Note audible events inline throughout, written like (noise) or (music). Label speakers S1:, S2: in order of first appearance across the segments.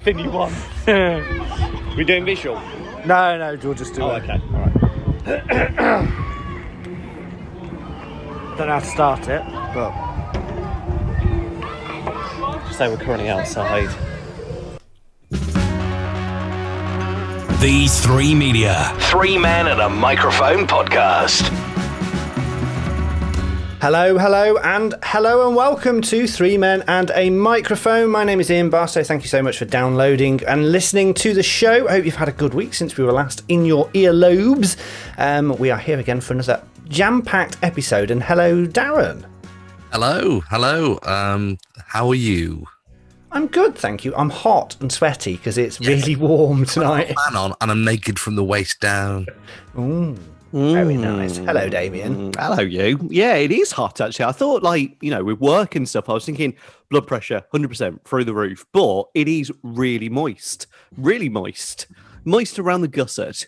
S1: Think you won. We're doing visual.
S2: No, no, George, just do
S1: Oh,
S2: it.
S1: okay. All right.
S2: (coughs) Don't know how to start it, but
S1: Just say we're currently outside.
S3: The Three Media. Three Men and a Microphone Podcast.
S2: hello, hello, and hello, and welcome to Three Men and a Microphone. My name is Ian Barstow. Thank you so much for downloading and listening to the show. I hope you've had a good week since we were last in your earlobes. Um, we are here again for another jam-packed episode. And hello, Darren.
S4: Hello, hello. Um, how are you?
S2: I'm good, thank you. I'm hot and sweaty because it's really (laughs) warm tonight.
S4: Man on, and I'm naked from the waist down.
S1: Mm.
S2: Very nice. Hello, Damien.
S5: Hello, you. Yeah, it is hot actually. I thought, like, you know, with work and stuff, I was thinking blood pressure 100% through the roof, but it is really moist, really moist, moist around the gusset.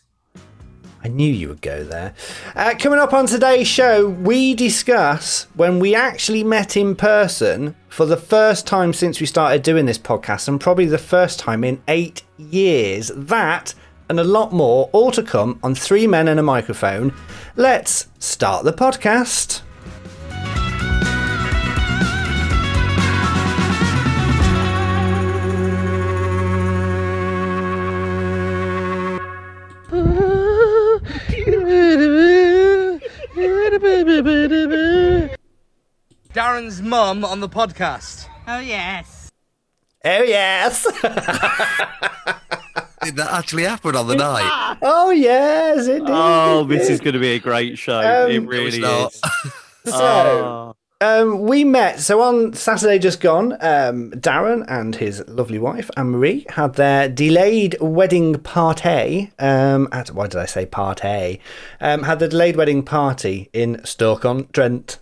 S2: I knew you would go there. Uh, coming up on today's show, we discuss when we actually met in person for the first time since we started doing this podcast, and probably the first time in eight years. That and a lot more, all to come on Three Men and a Microphone. Let's start the podcast.
S6: Darren's mum on the podcast.
S7: Oh yes.
S2: Oh, yes. (laughs)
S4: Did that actually happen on the night?
S2: oh, yes, indeed.
S5: (laughs) Oh, this is going to be a great show. it
S2: Um,
S5: really
S4: not.
S5: is.
S2: So,
S4: Oh.
S2: um, we met. So on Saturday just gone, um, Darren and his lovely wife Anne Marie had their delayed wedding party. Um, at why did I say party? Um, had the delayed wedding party in Stoke on Trent.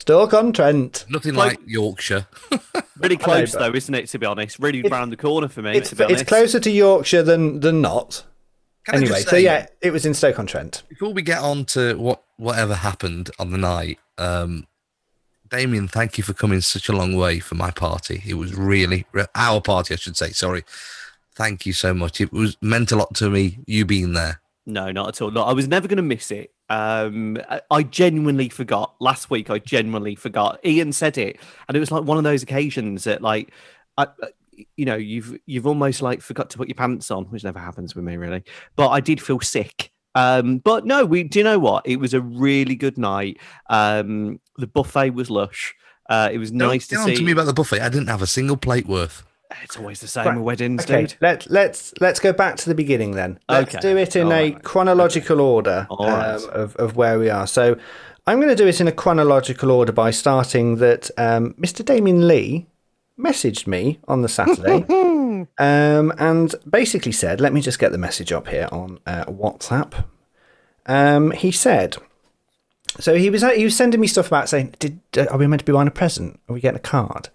S2: Stoke on Trent.
S4: (laughs) Nothing like Yorkshire. (laughs)
S5: Really close, though, isn't it? To be honest, really round the corner for me.
S2: It's
S5: to be
S2: it's
S5: honest.
S2: closer to Yorkshire than than not.
S4: Can I
S2: Anyway,
S4: just
S2: so
S4: say,
S2: yeah, it was in Stoke on Trent.
S4: Before we get on to what whatever happened on the night, um, Damien, thank you for coming such a long way for my party. It was really re- our party, I should say. Sorry. Thank you so much. It was meant a lot to me. You being there.
S5: No, not at all. No, I was never going to miss it. Um, I, I genuinely forgot last week. I genuinely forgot. Ian said it, and it was like one of those occasions that, like, I, I- you know, you've you've almost like forgot to put your pants on, which never happens with me really. But I did feel sick. Um, but no, we do you know what? It was a really good night. Um, the buffet was lush. Uh, it was nice
S4: Don't
S5: to
S4: get on
S5: see.
S4: to me about the buffet. I didn't have a single plate worth.
S5: It's always the same
S2: Right,
S5: with weddings,
S2: Okay,
S5: dude.
S2: let let's let's go back to the beginning then. Let's
S5: Okay.
S2: do it in
S5: All
S2: a
S5: right, mate.
S2: chronological order
S5: All right.
S2: um, of of where we are. So I'm going to do it in a chronological order by starting that um, Mr. Damien Lee messaged me on the
S5: (laughs)
S2: Saturday um, and basically said, "Let me just get the message up here on uh, WhatsApp." Um, he said. So he was he was sending me stuff about saying, "Did uh, are we meant to be buying a present? Are we getting a card?"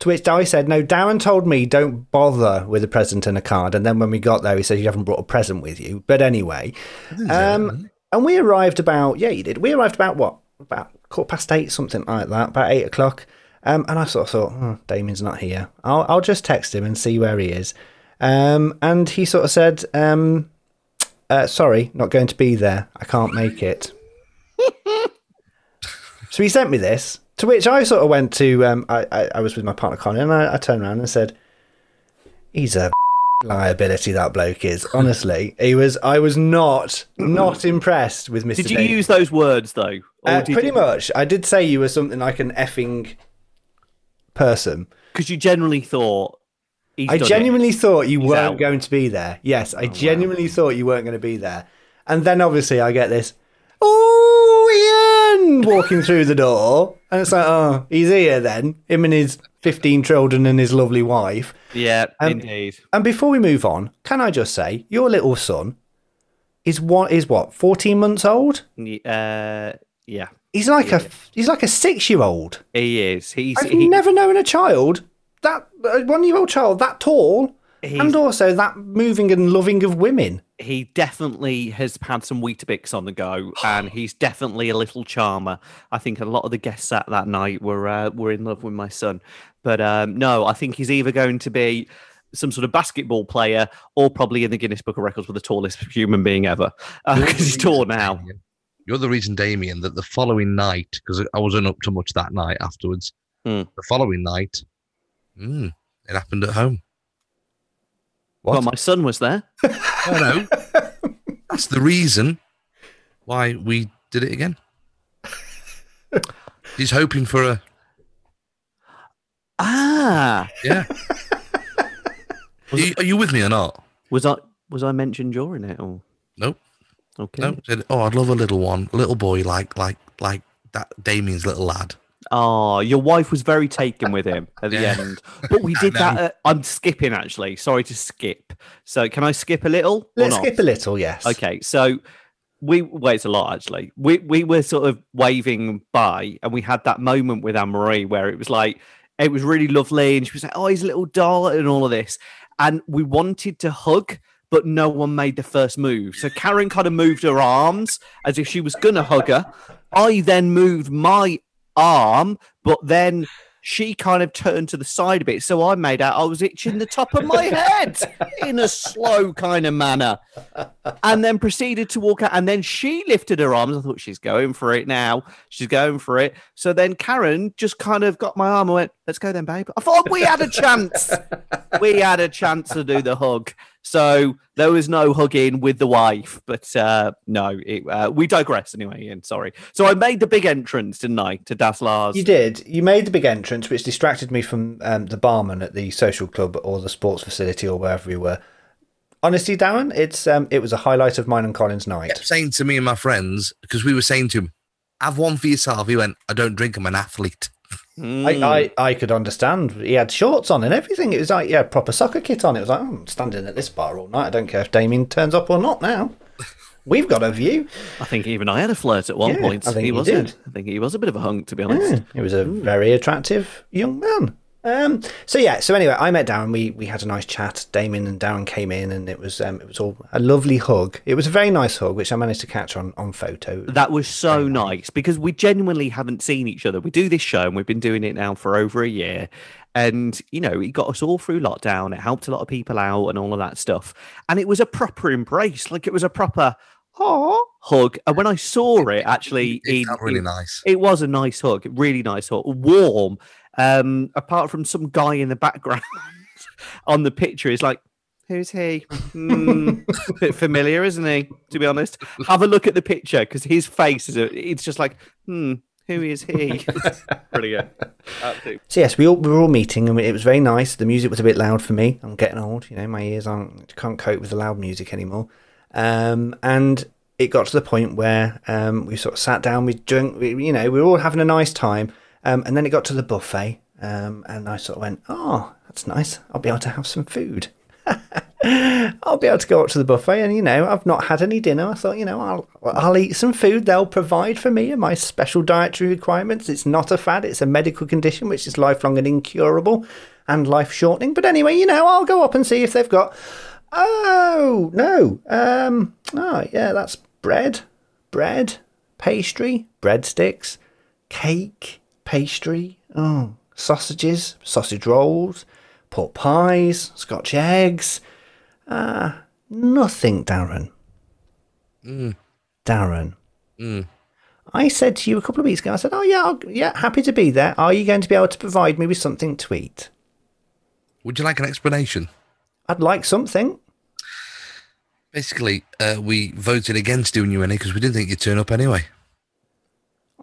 S2: To which Di said, No, Darren told me don't bother with a present and a card. And then when we got there, he said, You haven't brought a present with you. But anyway. Um, and we arrived about, yeah, you did. We arrived about what? About quarter past eight, something like that, about eight o'clock. Um, and I sort of thought, oh, Damien's not here. I'll, I'll just text him and see where he is. Um, and he sort of said, um, uh, Sorry, not going to be there. I can't make
S5: (laughs)
S2: it. So he sent me this, to which I sort of went to. Um, I, I I was with my partner Colin, and I, I turned around and said, "He's a liability that bloke
S5: (laughs)
S2: is." Honestly, he was. I was not not impressed with Mister.
S5: Did you use those words though? Or
S2: Uh,
S5: did
S2: pretty
S5: you-
S2: much, I did say you were something like an effing person.
S5: because you generally thought. he's
S2: I
S5: done it.
S2: genuinely thought you weren't
S5: out. Oh,
S2: going to be there. Yes, I genuinely thought you weren't going to be there. And then obviously I get this, oh, Ian, walking through the door. And it's like, oh, he's here then. Him and his 15 children and his lovely wife.
S5: Yeah,
S2: Um,
S5: indeed.
S2: And before we move on, can I just say, your little son is what, is what 14 months old?
S5: Ye- Uh, yeah,
S2: He's like a he's like a six year old.
S5: he is. He's
S2: I've
S5: he,
S2: never known a child that one year old child that tall and
S5: he's-
S2: also that moving and loving of women.
S5: he definitely has had some Weetabix on the go, and he's definitely a little charmer. I think a lot of the guests at that night were uh, were in love with my son. But um, no, I think he's either going to be some sort of basketball player or probably in the Guinness Book of Records with the tallest human being ever (laughs) because he's tall now.
S4: You're the reason, Damien, that the following night, because I wasn't up to much that night afterwards,
S5: Hmm.
S4: the following night, mm, it happened at home.
S5: Well, my son was there.
S4: No, no. That's the reason why we did it again. He's hoping for a
S5: Ah,
S4: yeah. are, you, are you with me or not?
S5: was I was I mentioned during it or
S4: Nope.
S5: okay?
S4: No. Said, oh, I'd love a little one, a little boy, like like like that Damien's little lad.
S5: Oh, your wife was very taken with him at the
S4: Yeah.
S5: end. But we
S4: (laughs) I
S5: did that.
S4: know.
S5: At, I'm skipping actually. Sorry to skip. So can I skip a little? or
S2: Let's
S5: not?
S2: skip a little, yes.
S5: Okay, so we well, it's a lot actually. We we were sort of waving by, and we had that moment with Anne Marie where it was like it was really lovely, and she was like, "Oh, he's a little doll," and all of this, and we wanted to hug. But no one made the first move. So Karen kind of moved her arms as if she was going to hug her. I then moved my arm, but then she kind of turned to the side a bit. So I made out I was itching the top of my head in a slow kind of manner and then proceeded to walk out. And then she lifted her arms. I thought she's going for it now. She's going for it. So then Karen just kind of got my arm and went, "Let's go then, babe." I thought we had a chance. we had a chance to do the hug. So there was no hugging with the wife, but uh, no, it, uh, we digress anyway. Ian, sorry. So I made the big entrance, didn't I, to Das Lars?
S2: You did. You made the big entrance, which distracted me from um, the barman at the social club or the sports facility or wherever we were. Honestly, Darren, it's um, it was a highlight of mine and Colin's night.
S4: Kept saying to me and my friends because we were saying to him, "Have one for yourself." He went, "I don't drink. I'm an athlete."
S5: Mm.
S2: I, I, I could understand. He had shorts on and everything. It was like, yeah, proper soccer kit on. It was like, "Oh, I'm standing at this bar all night. I don't care if Damien turns up or not
S5: (laughs)
S2: now. We've got a view.
S5: I think even I had a flirt at one
S2: Yeah,
S5: point.
S2: I think
S5: he
S2: you
S5: was. a-
S2: did.
S5: I think he was a bit of a hunk, to be honest.
S2: He was a very attractive young man. Um, so yeah, so anyway, I met Darren. We we had a nice chat. Damien and Darren came in, and it was um, it was all a lovely hug. It was a very nice hug, which I managed to catch on on photo.
S5: That was so nice because we genuinely haven't seen each other. We do this show and we've been doing it now for over a year. And, you know, it got us all through lockdown. It helped a lot of people out and all of that stuff. And it was a proper embrace. Like it was a proper, oh, hug. And when I saw it, actually,
S4: It felt
S5: in-
S4: really
S5: in-
S4: nice.
S5: it was a nice hug, really nice hug, warm. Um, apart from some guy in the background (laughs) on the picture is like, who's he? Hmm, bit familiar, isn't he? To be honest, have a look at the picture because his face is a, it's just like, hmm, who is he? Brilliant. Absolutely.
S2: So yes, we all we were all meeting, and it was very nice. The music was a bit loud for me. I'm getting old, you know. My ears aren't can't cope with the loud music anymore. Um, and it got to the point where um, we sort of sat down, we drunk, we, you know, we were all having a nice time. Um, and then it got to the buffet, um, and I sort of went, "Oh, that's nice. I'll be able to have some food. I'll be able to go up to the buffet, and you know, I've not had any dinner. I thought, you know, I'll I'll eat some food. They'll provide for me and my special dietary requirements. It's not a fad. It's a medical condition which is lifelong and incurable, and life shortening. But anyway, you know, I'll go up and see if they've got. Oh no. Um. Oh yeah, that's bread, bread, pastry, breadsticks, cake, pastry. Oh, sausages, sausage rolls, pork pies, Scotch eggs. Nothing, Darren.
S4: Hmm.
S2: Darren. I said to you a couple of weeks ago, I said, Oh, yeah, I'll, yeah, happy to be there. Are you going to be able to provide me with something to eat?
S4: Would you like an explanation?
S2: I'd like something.
S4: Basically, uh, we voted against doing you any because we didn't think you'd turn up anyway.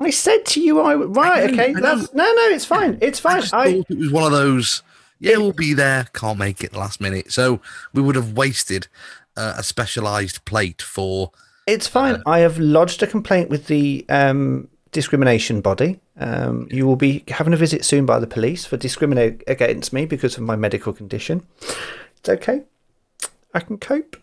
S2: I said to you, I right,
S4: know, I
S2: okay,
S4: know.
S2: that's, no, no, it's fine, it's
S4: I
S2: fine.
S4: just
S2: I,
S4: thought it was one of those. Yeah, we'll be there. Can't make it last minute, so we would have wasted uh, a specialised plate for.
S2: It's fine. I have lodged a complaint with the um, discrimination body. Um, you will be having a visit soon by the police for discriminating against me because of my medical condition. It's okay. I can cope.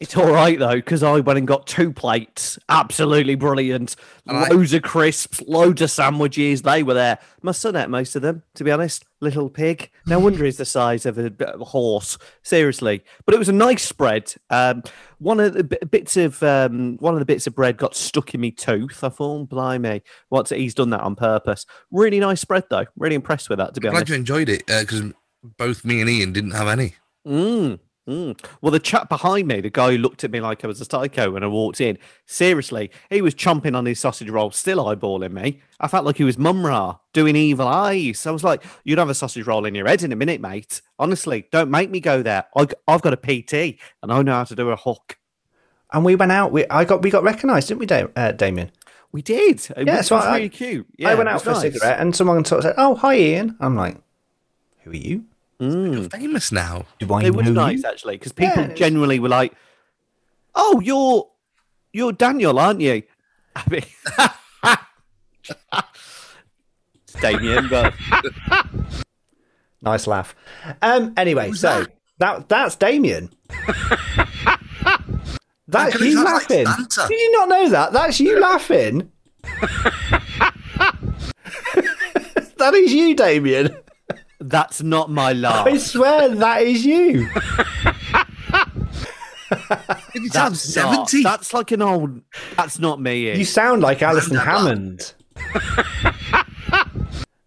S5: It's all right though, because I went and got two plates. Absolutely brilliant.
S4: And I-
S5: loads of crisps, loads of sandwiches. They were there. My son ate most of them, to be honest. Little pig.
S4: (laughs)
S5: No wonder he's the size of a, a horse. Seriously, but it was a nice spread. Um, one of the b- bits of um, one of the bits of bread got stuck in my tooth. I thought, oh, blimey, what's he's done that on purpose? Really nice spread though. Really impressed with that, to be honest.
S4: Glad you enjoyed it because both me and Ian didn't have any.
S5: Mm, mm. Well, the chap behind me, the guy who looked at me like I was a psycho when I walked in, seriously, he was chomping on his sausage roll, still eyeballing me. I felt like he was Mumra doing evil eyes. I was like, you'd have a sausage roll in your head in a minute, mate. Honestly, don't make me go there. I, I've got a PT and I know how to do a hook.
S2: And we went out. We I got we got recognised, didn't we, da- uh, Damien?
S5: We did. It
S2: Yeah,
S5: was,
S2: so
S5: it was
S2: I-
S5: really cute. Yeah,
S2: I went
S5: it
S2: out
S5: was
S2: for
S5: nice.
S2: a cigarette, and someone sort of said, "Oh, hi, Ian." I'm like, "Who are you?
S5: Mm.
S4: Famous now.
S2: Do I
S5: It
S2: know
S5: was
S2: you?"
S5: nice actually because people
S2: it was-
S5: generally were like, "Oh, you're you're Daniel, aren't you?" I mean, (laughs) it's (laughs) Damien, but
S2: (laughs) Nice laugh. Um. Anyway, so that? that's
S5: (laughs)
S2: Damien. that's
S4: Because it
S2: you
S4: sounds like
S2: laughing.
S4: Santa.
S2: Did you not know that? That's
S5: (laughs)
S2: you laughing. (laughs) that is you, Damien.
S5: that's
S2: (laughs)
S5: not my
S2: I
S5: laugh.
S2: swear that is you.
S4: It sounds
S5: That's not.
S4: 70.
S5: That's like an old. That's not me. Ian.
S2: You sound like Alison Hammond. (laughs)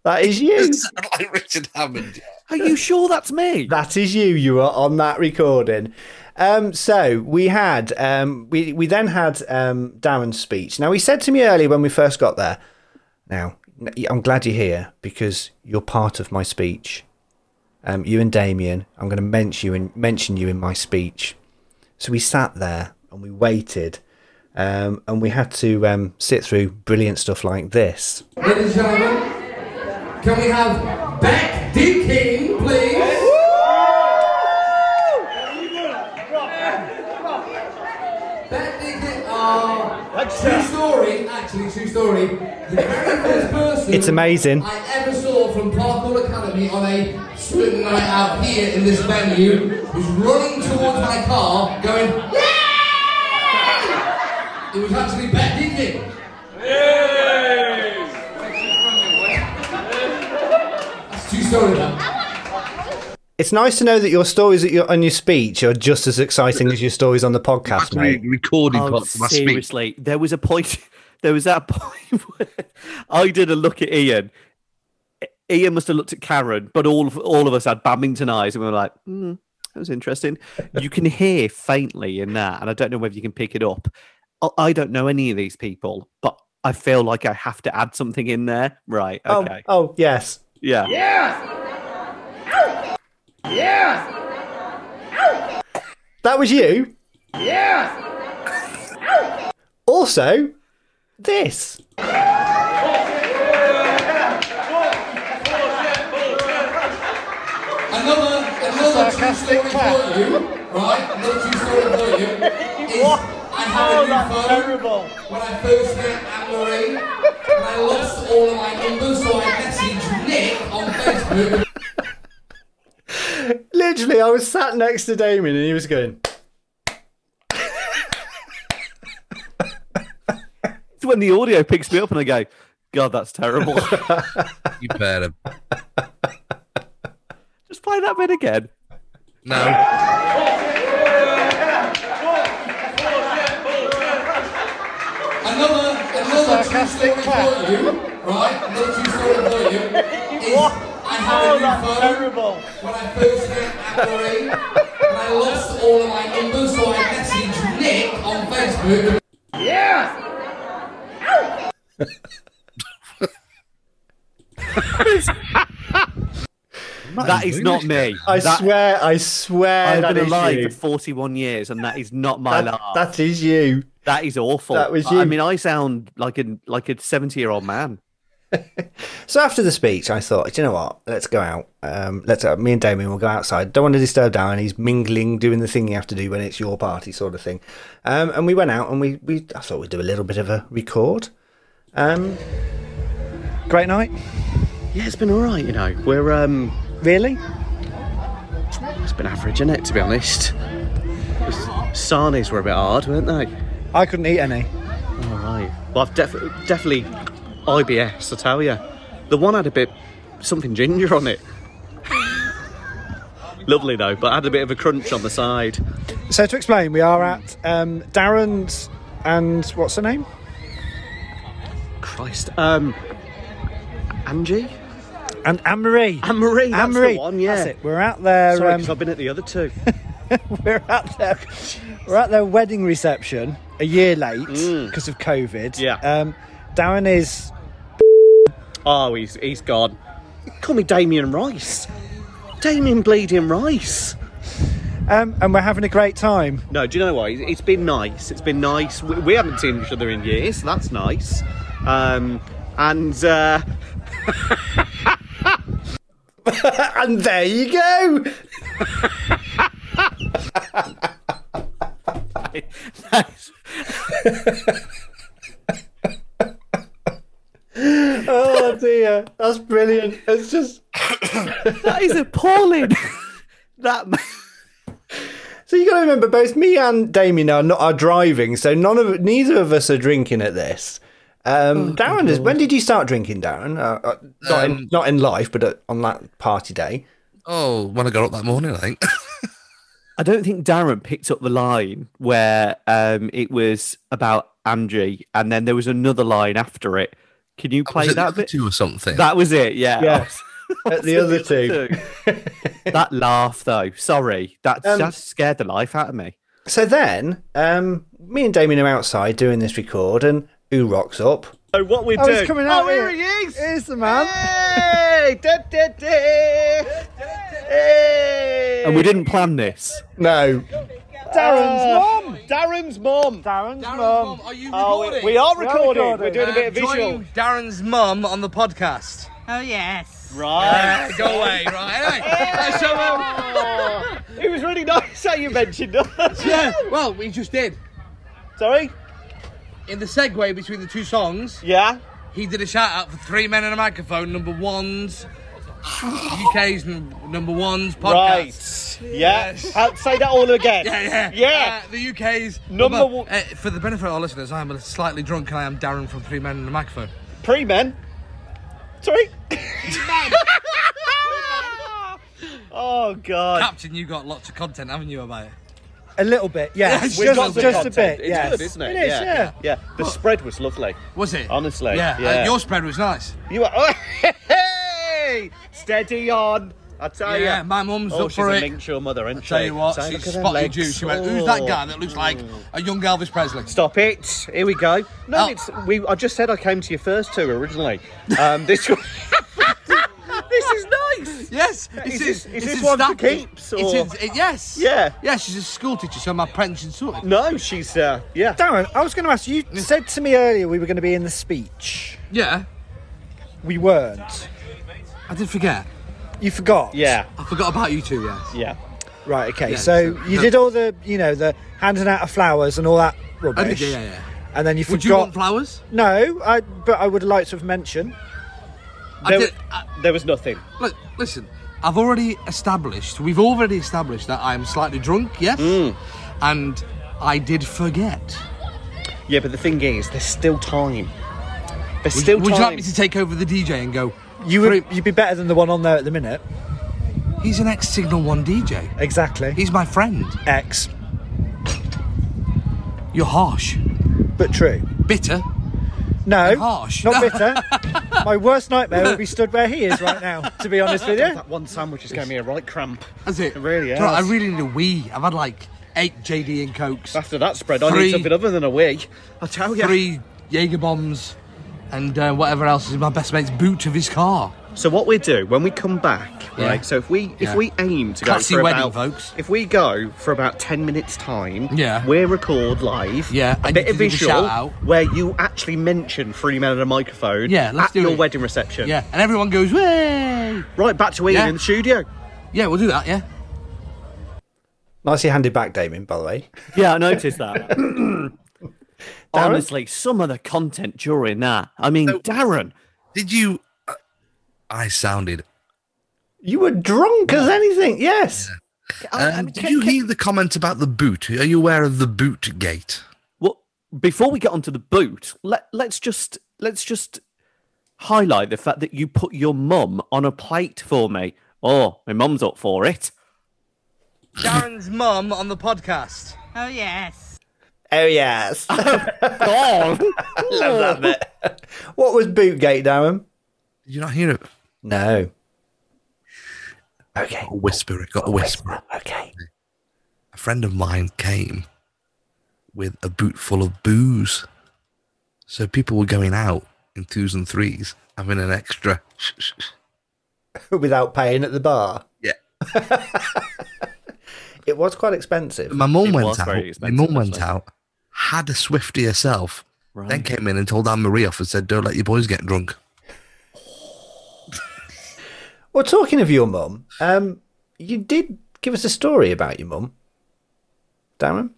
S2: that is you.
S4: It sounds (laughs) like Richard Hammond.
S5: Are you sure that's me?
S2: That is you. You are on that recording. Um, so we had um, we we then had um, Darren's speech. Now he said to me earlier when we first got there. Now n- I'm glad you're here because you're part of my speech. Um, you and Damien, I'm going to mention you in, mention you in my speech. So we sat there and we waited, um, and we had to um, sit through brilliant stuff like this.
S7: Ladies and gentlemen, can we have Beck D. King, please? Beck D. King, uh, true story, actually, true story. The very first person
S2: It's amazing.
S7: I ever saw from Parkour Academy on a swim night out here in this venue was running towards my car going, Yay! It was actually Beck D. King. That's true story, that.
S2: It's nice to know that your stories that you're on your speech are just as exciting as your stories on the podcast, mate.
S4: recording
S5: Oh,
S4: parts of my speech.
S5: seriously, there was a point. (laughs) There was that point (laughs) where I did a look at Ian. I- Ian must have looked at Karen, but all of, all of us had badminton eyes, and we were like, mm, "That was interesting." you can hear faintly in that, and I don't know whether you can pick it up. I, I don't know any of these people, but I feel like I have to add something in there, right? Okay,
S2: Oh, oh, yes.
S5: yeah.
S2: That was you. Yeah. Also, this.
S7: Another, another true story for you, right? Another true story for you is I had a new phone when I first met Anne-Marie and I lost all of my numbers so I messaged Nick on Facebook.
S2: Literally, I was sat next to Damien and he was going,
S5: It's when the audio picks me up, and I go, "God, that's
S2: (laughs)
S5: terrible."
S4: You better.
S5: Just play that bit again.
S4: No.
S7: Another, another true story for you, right? Another true story for you is I had a new phone when I first met Anne-Marie and I lost all of my numbers so I messaged Nick on Facebook.
S5: That is not me.
S2: I
S5: That-
S2: swear, I swear
S5: I've
S2: that
S5: been
S2: is
S5: alive
S2: you.
S5: for 41 years, and that is not my
S2: That-
S5: laugh.
S2: that is you.
S5: that is awful.
S2: that was
S5: I- I
S2: you.
S5: mean, I sound like a like a 70 year old man.
S2: So after the speech, I thought, "Do you know what? Let's go out. Um, let's uh, me and Damien will go outside. Don't want to disturb Darren. He's mingling, doing the thing you have to do when it's your party, sort of thing. Um, and we went out, and we, we I thought we'd do a little bit of a record. Um, great night.
S8: Yeah, it's been all right, you know. We're um really. It's been average, innit? To be honest, It's- sarnies were a bit hard, weren't they?
S2: I couldn't eat any.
S8: All right. Well, I've def- definitely IBS. I tell you, the one had a bit something ginger on it. Lovely though, but had a bit of a crunch on the side.
S2: So to explain, we are at um, Darren's and what's her name?
S8: Christ. Um, Angie,
S2: And Anne Marie.
S8: Anne Marie. That's
S2: Anne
S8: the
S2: Marie.
S8: one. Yeah.
S2: That's it. We're at their.
S8: Sorry,
S2: um,
S8: 'cause I've been at the other
S5: (laughs)
S8: two.
S2: (laughs) we're at their we're at their wedding reception a year late because of COVID.
S8: Yeah.
S2: Um, Darren is
S8: oh, he's he's gone. Call me Damien Rice. Damien Bleeding Rice.
S2: um, and we're having a great time.
S8: No, do you know what? It's- It's been nice. It's been nice. We, we haven't seen each other in years. So that's nice. Um, and uh, (laughs)
S2: And there you go. Oh dear, that's brilliant. It's just
S5: that is
S8: (laughs)
S5: appalling. that ma-
S2: so you got to remember both me and Damien are not are driving, so none of neither of us are drinking at this. Um, Darren is. When did you start drinking, Darren? Uh, uh, not in
S9: Um,
S2: not in life, but uh, on that party day.
S9: Oh, when I got up that morning, I think.
S5: I don't think Darren picked up the line where um, it was about Angie, and then there was another line after it. Can you play
S9: Oh, Was it the
S5: that
S9: other
S5: bit?
S9: two or something.
S5: That was (laughs) it. Yeah.
S2: at the other two. (laughs)
S5: that laugh though. Sorry, that
S2: Um,
S5: that scared the life out of me.
S2: So then, um, me and Damien are outside doing this record, and who rocks up?
S8: so what we
S2: Oh,
S8: do?
S2: he's coming out.
S8: Oh,
S2: here.
S8: here he is.
S2: Here's the man.
S8: Hey, da, da, da. Hey.
S5: And we didn't plan this.
S2: No.
S8: Darren's mum. Darren's mum. Oh,
S2: Darren's
S4: Darren's mum, are you recording?
S8: We are
S2: We are
S8: recording. We're
S2: recording.
S8: doing a bit of
S4: Joining (laughs)
S8: visual.
S4: Darren's mum on the podcast.
S10: Oh yes.
S8: Right.
S4: Go away, right? Hey, hey, so, um,
S8: (laughs) It was really nice how you mentioned us.
S4: yeah, well, we just did.
S8: Sorry.
S4: In the segue between the two songs,
S8: Yeah.
S4: he did a shout out for Three Men and a Microphone, number ones, UK's n- number ones podcast.
S8: Right. Yeah. I'll say that all again.
S4: Yeah, yeah.
S8: Yeah.
S4: Uh, the UK's
S8: Number one-
S4: Uh, for the benefit of our listeners, I'm slightly drunk and I am Darren from Three Men and a Microphone.
S8: Pre men. Sorry. oh god.
S4: Captain, you got lots of content, haven't you, about it?
S2: A little bit, yes.
S4: We've
S2: just
S4: got the
S2: just a bit,
S8: It's
S2: yes.
S8: good, isn't it?
S2: It is, yeah.
S8: yeah. yeah. The spread was lovely.
S4: Was
S5: Oh,
S4: it?
S8: Honestly,
S4: Yeah. uh,
S8: yeah.
S4: your spread was nice.
S8: You were oh, (laughs) hey, steady on. I tell
S4: Yeah,
S8: you.
S4: Uh, my mum's
S8: Oh,
S4: up
S8: she's
S4: for
S8: a
S4: it.
S8: link to your mother, isn't
S4: Tell
S8: she?
S4: you what,
S8: Say,
S4: she
S8: look at them
S4: spotted
S8: legs.
S4: you. She went, "Who's that guy that looks like a young Elvis Presley?"
S8: Stop it! Here we go.
S4: Oh.
S8: No, it's, we. I just said I came to your first two originally. Um, this (laughs) one. this is nice.
S4: Yes, it's
S8: Is
S4: in-
S8: this- is
S4: it's
S8: this
S4: in
S8: one for
S4: Stafford.
S8: keeps,
S4: It's
S8: or-
S4: in, it- yes.
S8: Yeah.
S4: Yeah, she's a school teacher, so my pension sorted.
S8: No, she's uh, yeah.
S2: Darren, I was going to ask you. Said to me earlier we were going to be in the speech.
S4: Yeah,
S2: We weren't.
S4: I did forget.
S2: You forgot.
S8: Yeah,
S4: I forgot about you two. Yes.
S8: yeah.
S2: Right. Okay.
S4: Yeah,
S2: so
S4: so-
S2: you
S4: no.
S2: did all the, you know, the handing out of flowers and all that
S4: I did,
S2: rubbish.
S4: yeah, yeah, yeah.
S2: And then you
S4: Would
S2: forgot.
S4: you want flowers?
S2: no, I. But I would like to have mentioned.
S4: I
S8: There,
S4: did.
S8: wa-
S4: I,
S8: there was nothing.
S4: look, listen. I've already established. We've already established that I'm slightly drunk. Yes.
S8: Mm.
S4: And I did forget.
S8: Yeah, but the thing is, there's still time. There's still
S4: would, would
S8: time.
S4: you like me to take over the DJ and go?
S2: You would. You'd be better than the one on there at the minute.
S4: He's an ex-Signal One DJ.
S2: Exactly.
S4: He's my friend.
S2: X,
S4: You're harsh,
S2: but true.
S4: bitter.
S2: No,
S4: harsh. (laughs)
S2: not bitter. My worst nightmare would be stood where he is right now. To be honest with you.
S8: That one sandwich is going to be a right cramp.
S4: Has it?
S8: really
S4: Do you know what, I
S8: has. Oh,
S4: really need a wee. I've had like eight JD and cokes,
S8: After that spread, I
S4: Three.
S8: need something other than a wee. I tell you.
S4: three Jaeger bombs, and uh, whatever else is in my best mate's boot of his car.
S8: So what we do when we come back,
S4: Yeah.
S8: right? So if we
S4: Yeah.
S8: if we aim to
S4: Classy
S8: go for
S4: wedding,
S8: about
S4: folks.
S8: if we go for about ten minutes time,
S4: Yeah.
S8: we record live,
S4: Yeah,
S8: a
S4: and
S8: bit of
S4: you can do the
S8: visual
S4: shout-out.
S8: where you actually mention three men and a microphone,
S4: Yeah, let's
S8: at
S4: do
S8: your
S4: it.
S8: wedding reception,
S4: Yeah, and everyone goes, "Way!"
S8: right back to Ian
S4: Yeah.
S8: in the studio.
S4: Yeah, we'll do that. Yeah.
S2: Nicely handed back, Damien. By the way.
S5: Yeah, I
S2: (laughs)
S5: noticed that. (clears throat) Honestly, some of the content during that. I mean, Darren.
S9: Did you?
S8: uh,
S9: I sounded
S2: You were drunk as anything. Yes.
S4: Um, did you hear the comment about the boot? Are you aware of the boot gate?
S5: Well, before we get onto the boot, let let's just let's just highlight the fact that you put your mum on a plate for me. Oh, my mum's up for it.
S6: Darren's mum on the podcast.
S10: Oh yes.
S2: Oh yes,
S5: God,
S2: love that bit. What was Bootgate, Darren?
S4: Did you not hear it?
S2: No. Okay.
S4: A whisper. It got a whisper.
S2: Okay.
S4: A friend of mine came with a boot full of booze. So people were going out in twos and threes, having an extra.
S2: Without paying at the bar,
S4: Yeah.
S2: (laughs) it was quite expensive.
S4: My mum
S5: It
S4: went
S5: was
S4: out.
S5: very
S4: My
S5: expensive,
S4: mum went
S5: actually.
S4: out, had a Swifty herself, then came in and told Anne Marie off and said, Don't let your boys get drunk.
S2: Well, talking of your mum, um, you did give us a story about your mum, Darren.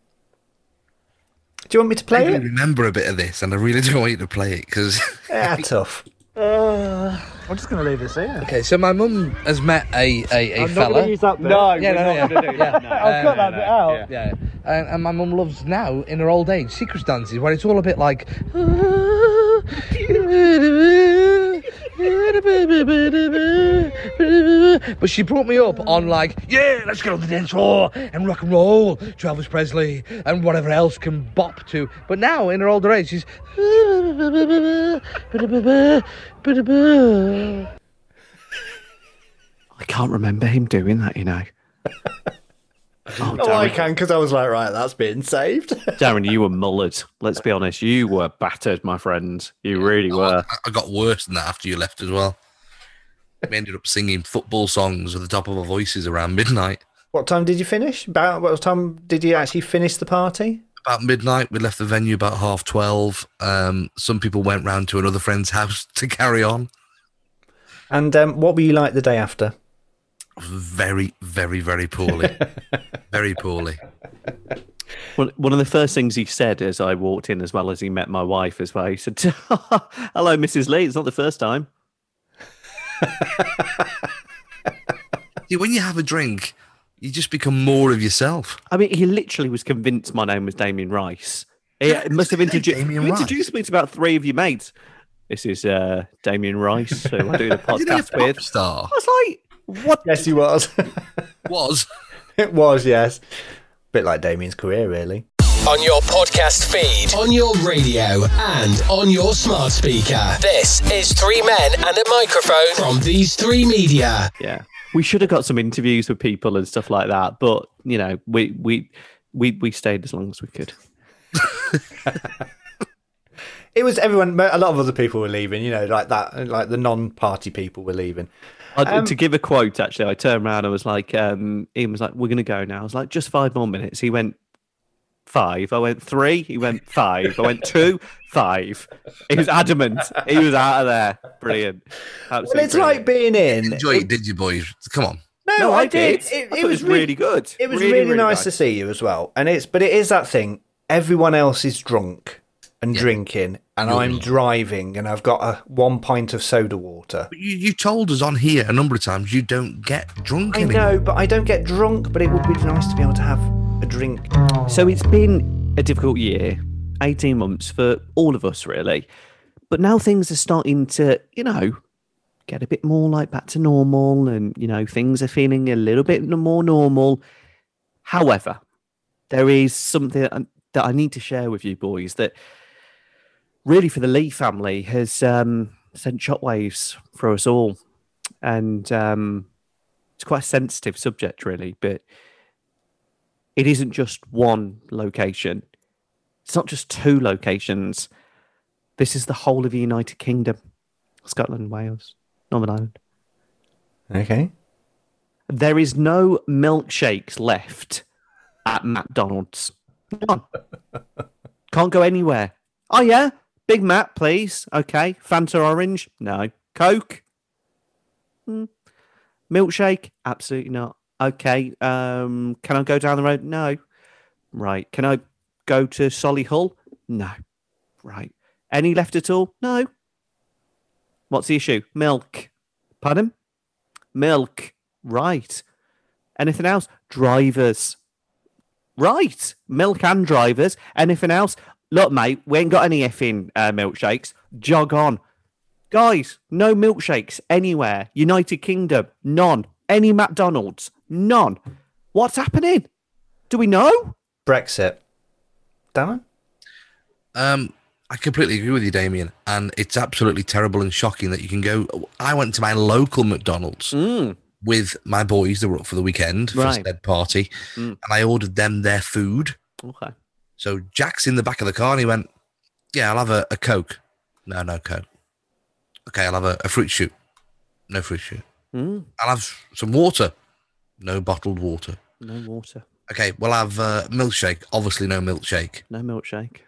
S2: Do you want me to
S4: I
S2: play
S4: do
S2: it?
S4: remember a bit of this, and I really (laughs) don't want you to play it because
S2: Ah, tough.
S11: I'm just going to leave this here.
S6: Okay, so my mum has met a a, a
S11: I'm not going to use that bit.
S6: yeah, no, no, yeah, yeah.
S11: I've got that bit out.
S6: Yeah, and, and my mum loves now in her old age secret dances where it's all a bit like. but she brought me up on like, yeah, let's get on the dance floor and rock and roll, to Elvis Presley and whatever else can bop to. But now in her older age, she's.
S5: I can't remember him doing that. You know. oh,
S2: Oh, I
S5: Darren,
S2: can because I was like, right, that's being saved.
S5: Darren, you were mullered. Let's be honest, you were battered, my friend. You really were.
S4: I I got worse than that after you left as well. We ended up singing football songs at the top of our voices around midnight.
S2: what time did you finish? About what time did you actually finish the party?
S4: About midnight, we left the venue about half 12. Um, some people went round to another friend's house (laughs) to carry on.
S2: And um, what were you like the day after?
S4: Very, very, very poorly. very poorly.
S5: One, one of the first things he said as I walked in, as well as he met my wife as well, he said, (laughs) "Hello, Mrs. Lee. It's not the first time."
S4: See, when you have a drink, you just become more of yourself.
S5: I mean, he literally was convinced my name was Damien Rice. He
S4: Yeah,
S5: must have
S4: it's
S5: introduced
S4: Damien
S5: you
S4: Rice.
S5: introduced me to about three of your mates. This is uh, Damien Rice, who I
S4: (laughs)
S5: do the
S4: You know, a
S5: podcast
S4: pop
S5: with.
S4: star
S5: I was like, "What?"
S2: Yes, he was. (laughs)
S4: was.
S2: it was, yes. Bit like Damien's career, really.
S3: On your podcast feed, on your radio, and on your smart speaker. This is Three Men and a Microphone from These Three Media.
S5: Yeah, we should have got some interviews with people and stuff like that, but you know, we we we we stayed as long as we could.
S2: It was everyone. A lot of other people were leaving. You know, like that, like the non-party people were leaving.
S5: I,
S2: Um,
S5: to give a quote, actually, I turned around and was like, um, Ian was like, we're going to go now. I was like, just five more minutes. He went, five. I went, three. He went, five. I went, two, five. He was adamant. He was out of there. Brilliant. Absolutely
S2: Well, it's like being in.
S4: Enjoy it, did you, boys? Come on.
S2: (laughs) No,
S5: no, I did.
S2: It,
S5: I thought
S2: it was
S5: really,
S2: really
S5: good.
S2: It was really, nice to see you as well. And it's but it is that thing. Everyone else is drunk and drinking, and I'm driving, and I've got a one pint of soda water.
S4: But you, you told us on here a number of times you don't get drunk
S2: I
S4: anymore.
S2: know, but I don't get drunk. But it would be nice to be able to have a drink.
S5: So it's been a difficult year, 18 months for all of us, really. But now things are starting to, you know, get a bit more like back to normal and, you know, things are feeling a little bit n- more normal. However, there is something that I- that I need to share with you boys that really for the Lee family has um, sent shockwaves for us all. And um, it's quite a sensitive subject, really, but it isn't just one location. It's not just two locations. This is the whole of the United Kingdom, Scotland, Wales, Northern Ireland.
S2: Okay.
S5: There is no milkshakes left at McDonald's. None. Can't go anywhere. Oh yeah, Big Mac, please. Okay, Fanta Orange, no. Coke, Hmm. milkshake, absolutely not. Okay, um, can I go down the road? No. Right. Can I go to Solihull? No. Right. Any left at all? No. What's the issue? Milk. Pardon? Milk. Right. Anything else? Drivers. Right. Milk and drivers. Anything else? Look, mate, we ain't got any effing uh, milkshakes. Jog on. Guys, no milkshakes anywhere. United Kingdom, none. Any McDonald's, none. What's happening? Do we know?
S2: Brexit. Darren?
S4: Um, I completely agree with you, Damien. And it's absolutely terrible and shocking that you can go. I went to my local McDonald's with my boys. They were up for the weekend for
S5: Right.
S4: a dead party, and I ordered them their food.
S5: Okay.
S4: So Jack's in the back of the car, and he went, "Yeah, I'll have a, a coke." No, no coke. Okay, I'll have a, a fruit shoot. No fruit shoot. I'll have s- some water. No bottled water.
S5: No water.
S4: Okay, we'll have uh, milkshake. Obviously, no milkshake.
S5: No milkshake.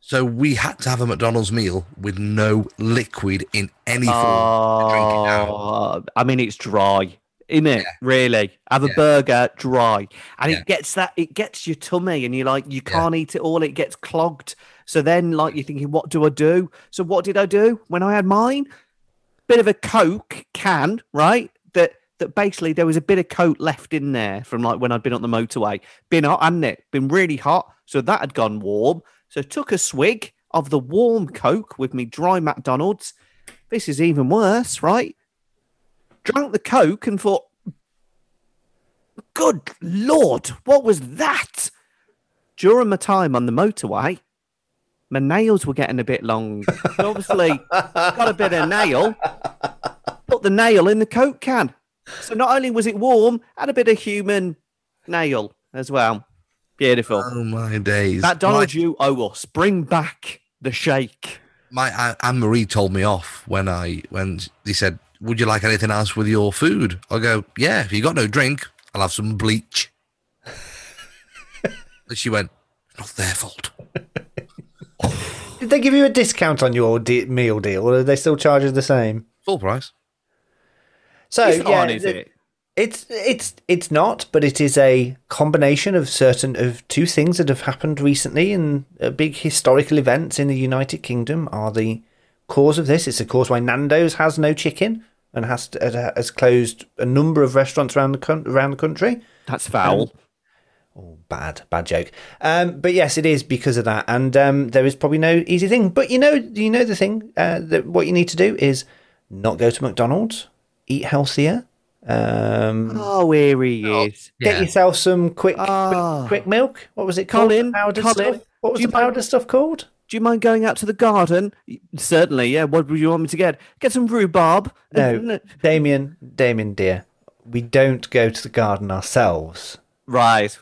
S4: So we had to have a McDonald's meal with no liquid in any form
S5: Ah.
S4: to drink it down.
S5: Oh, I mean, it's dry, isn't it? Really, have a burger dry, and
S4: Yeah.
S5: it gets that it gets your tummy, and you're like, you
S4: Yeah.
S5: can't eat it all; it gets clogged. So then, like, you're thinking, what do I do? So what did I do when I had mine? Bit of a Coke can, right? That that basically there was a bit of Coke left in there from like when I'd been on the motorway. Been hot, hadn't it? Been really hot, so that had gone warm. So took a swig of the warm Coke with me dry McDonald's this is even worse, right? Drank the Coke and thought, good Lord, what was that? During my time on the motorway, my nails were getting a bit long. So Obviously, got a bit of nail, put the nail in the Coke can. So not only was it warm, had a bit of human nail as well. Beautiful.
S4: Oh my days!
S5: that Donald, you owe us. Bring back the shake.
S4: my, my Anne Marie told me off when I when they said, "Would you like anything else with your food?" I go, "Yeah, if you got no drink, I'll have some
S5: (laughs)
S4: bleach." and she went, "Not their fault."
S2: Did they give you a discount on your de- meal deal, or are they still charging the same?
S4: Full price.
S2: So
S5: It's
S2: yeah,
S5: on, is
S2: the-
S5: it?
S2: It's it's it's not, but it is a combination of certain of two things that have happened recently and uh, big historical events in the United Kingdom are the cause of this. It's the cause why Nando's has no chicken and has to, uh, has closed a number of restaurants around the coun around the country.
S5: That's foul.
S2: Bad, bad joke. Um, but yes, it is because of that, and um, there is probably no easy thing. But you know, you know the thing uh, that what you need to do is not go to McDonald's, eat healthier. Um,
S5: Oh, here he is.
S2: Get
S4: Yeah.
S2: yourself some quick,
S5: Ah.
S2: quick quick milk. What was it called?
S5: Colin,
S2: powdered
S5: Colin,
S2: stuff. What was
S5: do
S2: the
S5: you mind-
S2: powdered stuff called?
S5: Do you mind going out to the garden? Y- Certainly, yeah. What would you want me to get? Get some rhubarb. uh,
S2: No, Damien, Damien dear, we don't go to the garden ourselves.
S5: Right.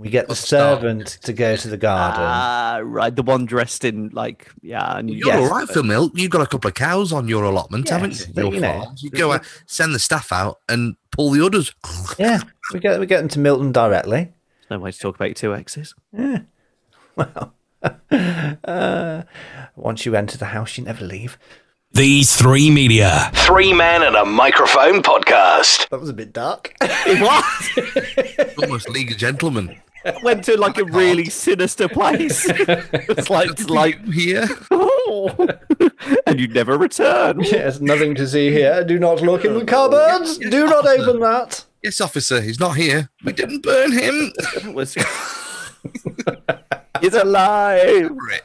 S2: We get the
S4: start.
S2: servant to go to the garden.
S5: Ah, right. The one dressed in like, yeah. And
S4: You're all right, Phil Milk. You've got a couple of cows on your allotment, haven't
S2: Yes,
S4: you?
S2: but
S4: Your
S2: you know-
S4: farms. You go out, send the staff out, and pull the others.
S2: yeah, we get we get them to Milton directly.
S5: There's no way to talk about your two exes.
S2: Once you enter the house, you never leave.
S3: These three media.
S10: Three men and a microphone podcast.
S2: That was a bit dark. (laughs)
S5: what?
S4: (laughs) Almost League
S2: (laughs)
S4: of Gentlemen.
S5: (laughs) Went to like a really sinister place. it's like, it's like, (laughs)
S4: here.
S5: and you never return.
S2: There's nothing to see here. Do not look
S5: Oh,
S2: in the cupboards. Do not open that.
S4: Yes, officer, he's not here. We didn't burn him.
S5: Was- (laughs) He's alive.
S4: Right.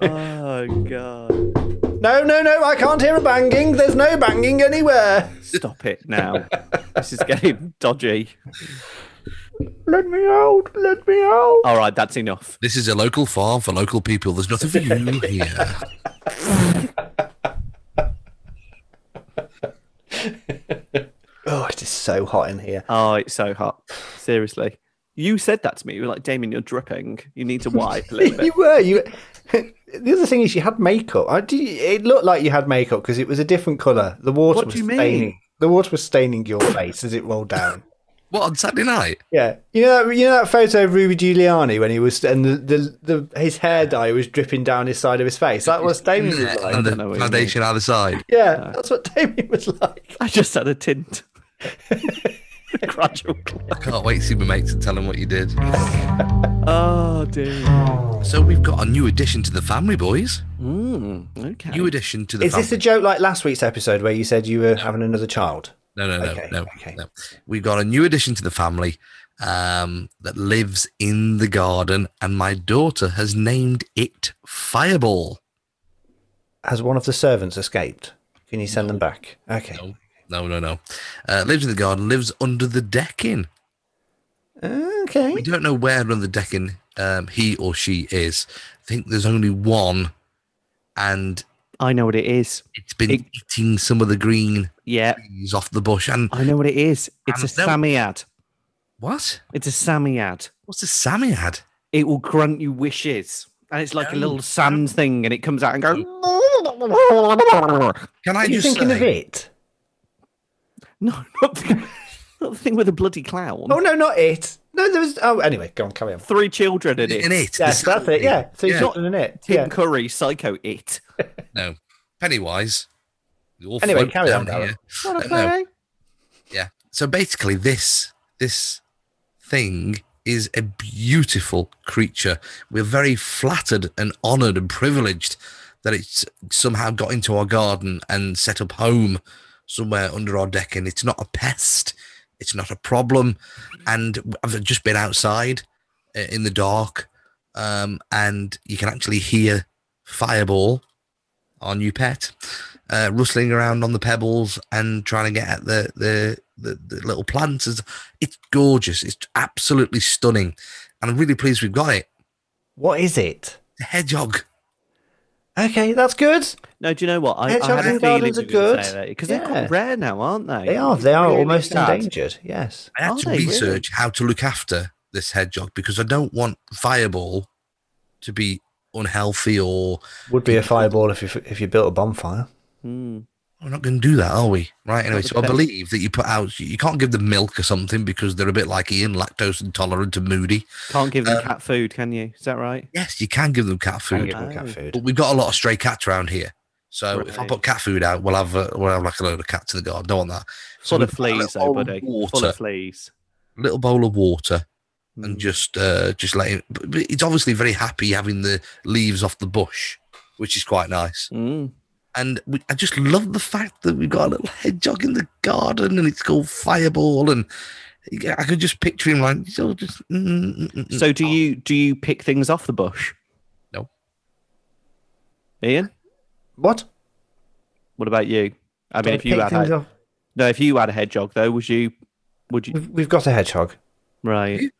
S5: Oh god!
S2: No, no, no. I can't hear a banging. There's no banging anywhere.
S5: Stop it now. this is getting dodgy.
S2: Let me out. Let me out.
S5: All right, that's enough.
S4: this is a local farm for local people. There's nothing for
S5: (laughs)
S4: you here.
S2: Oh, it is so hot in here.
S5: Oh, it's so hot. Seriously. You said that to me. You were like, Damien, you're dripping. You need to wipe a
S2: (laughs)
S5: little
S2: you
S5: bit.
S2: were you. the other thing is, you had makeup. I do. It looked like you had makeup because it was a different color. The water
S5: What
S2: was
S5: do you mean?
S2: staining. The water was staining your face as it rolled down.
S4: what on Saturday night?
S2: Yeah, you know that you know that photo of Ruby Giuliani when he was and the, the, the his hair dye was dripping down his side of his face. That
S5: (laughs)
S2: was Damien was like.
S4: and the
S5: Hmm. know what you
S4: foundation either side.
S2: Yeah, that's what Damien was like.
S5: I just had a tint. (laughs) Gradual. clear.
S4: I can't wait to see my mates and tell them what you did.
S5: Oh, dear.
S4: So we've got a new addition to the family, boys.
S5: Mm, okay.
S4: New addition to the
S2: Is
S4: family.
S2: this a joke like last week's episode where you said you were having another child?
S4: No, no, no, no, no. We've got a new addition to the family um, that lives in the garden, and my daughter has named it Fireball.
S2: Has one of the servants escaped? Can you send them back? Okay.
S4: No, no, no. Uh, lives in the garden, lives under the decking.
S2: Okay.
S4: We don't know where under the decking um, he or she is. I think there's only one, and
S5: I know what it is.
S4: It's been eating some of the green
S5: yeah.
S4: trees off the bush. And
S5: I know what it is. It's a
S4: And no-
S5: Samiad.
S4: What?
S5: It's a Samiad.
S4: What's a Samiad?
S5: It will grant you wishes. And it's like a little sand thing, and it comes out and goes.
S4: Can I
S2: Are you
S4: just
S2: thinking
S4: say,
S2: of it?
S5: No, not the, not the thing with the bloody clown.
S2: Oh no, not it. No, there was. Oh, anyway, go on, carry on.
S5: Three children in it.
S4: in it?
S2: Yes, that's it. Yeah, so
S4: Yeah.
S2: you're not in it.
S5: Tim
S2: Yeah.
S5: Curry, Psycho It.
S4: No, Pennywise. You all
S2: Anyway,
S4: float
S2: carry on,
S4: down
S2: Darren.
S4: here. Uh, no. Yeah. So basically, this this thing is a beautiful creature. We're very flattered and honoured and privileged that it's somehow got into our garden and set up home somewhere under our deck. And it's not a pest. It's not a problem. And I've just been outside uh, in the dark, um, and you can actually hear Fireball, our new pet, uh, rustling around on the pebbles and trying to get at the the, the, the little plants. It's- It's gorgeous. It's absolutely stunning, and I'm really pleased we've got it.
S2: What is it?
S4: The hedgehog.
S2: Okay, that's good.
S5: No, do you know what? I, I
S2: Hedgehogs
S5: had a
S2: in
S5: feeling
S2: gardens
S5: you
S2: are
S5: were going to
S2: good.
S5: say because they're
S2: Yeah.
S5: quite rare now, aren't they?
S2: They are. They are
S5: Really
S2: almost
S5: sad.
S2: endangered. Yes.
S4: I had
S5: Are
S4: to
S5: they really?
S4: research how to look after this hedgehog because I don't want Fireball to be unhealthy or
S2: Would be a fireball if you if you built a bonfire.
S5: Hmm.
S4: We're not going to do that, are we? Right. Anyway, so I
S5: Okay.
S4: believe that you put out, you can't give them milk or something because they're a bit like Ian, lactose intolerant and moody.
S5: Can't give them
S4: Um,
S5: cat food, can you? Is that right?
S4: Yes, you can give them cat
S2: And
S4: food,
S2: give them cat
S5: Oh.
S2: food.
S4: but we've got a lot of stray cats around here. So if I
S5: Right.
S4: put cat food out, we'll have, uh, we'll have like a load of cats in the garden. Don't want that. So
S5: Full
S4: we
S5: of
S4: put out a
S5: fleas, though,
S4: little bowl
S5: buddy.
S4: of
S5: Full
S4: Water,
S5: of fleas.
S4: little bowl of water,
S5: Mm.
S4: and just uh, just let him. But but he's obviously very happy having the leaves off the bush, which is quite nice.
S2: Hmm.
S5: Mm.
S4: and we, I just love the fact that we've got a little hedgehog in the garden, and it's called Fireball, and I could just picture him like so just. mm, mm, mm, mm.
S5: So, do you do you pick things off the bush?
S4: No.
S5: Ian,
S2: What?
S5: what about you? I mean,
S2: Did I
S5: if you
S2: pick
S5: had
S2: things
S5: a,
S2: up?
S5: no, if you had a hedgehog, though, would you? Would you?
S2: We've, we've got a hedgehog.
S5: Right.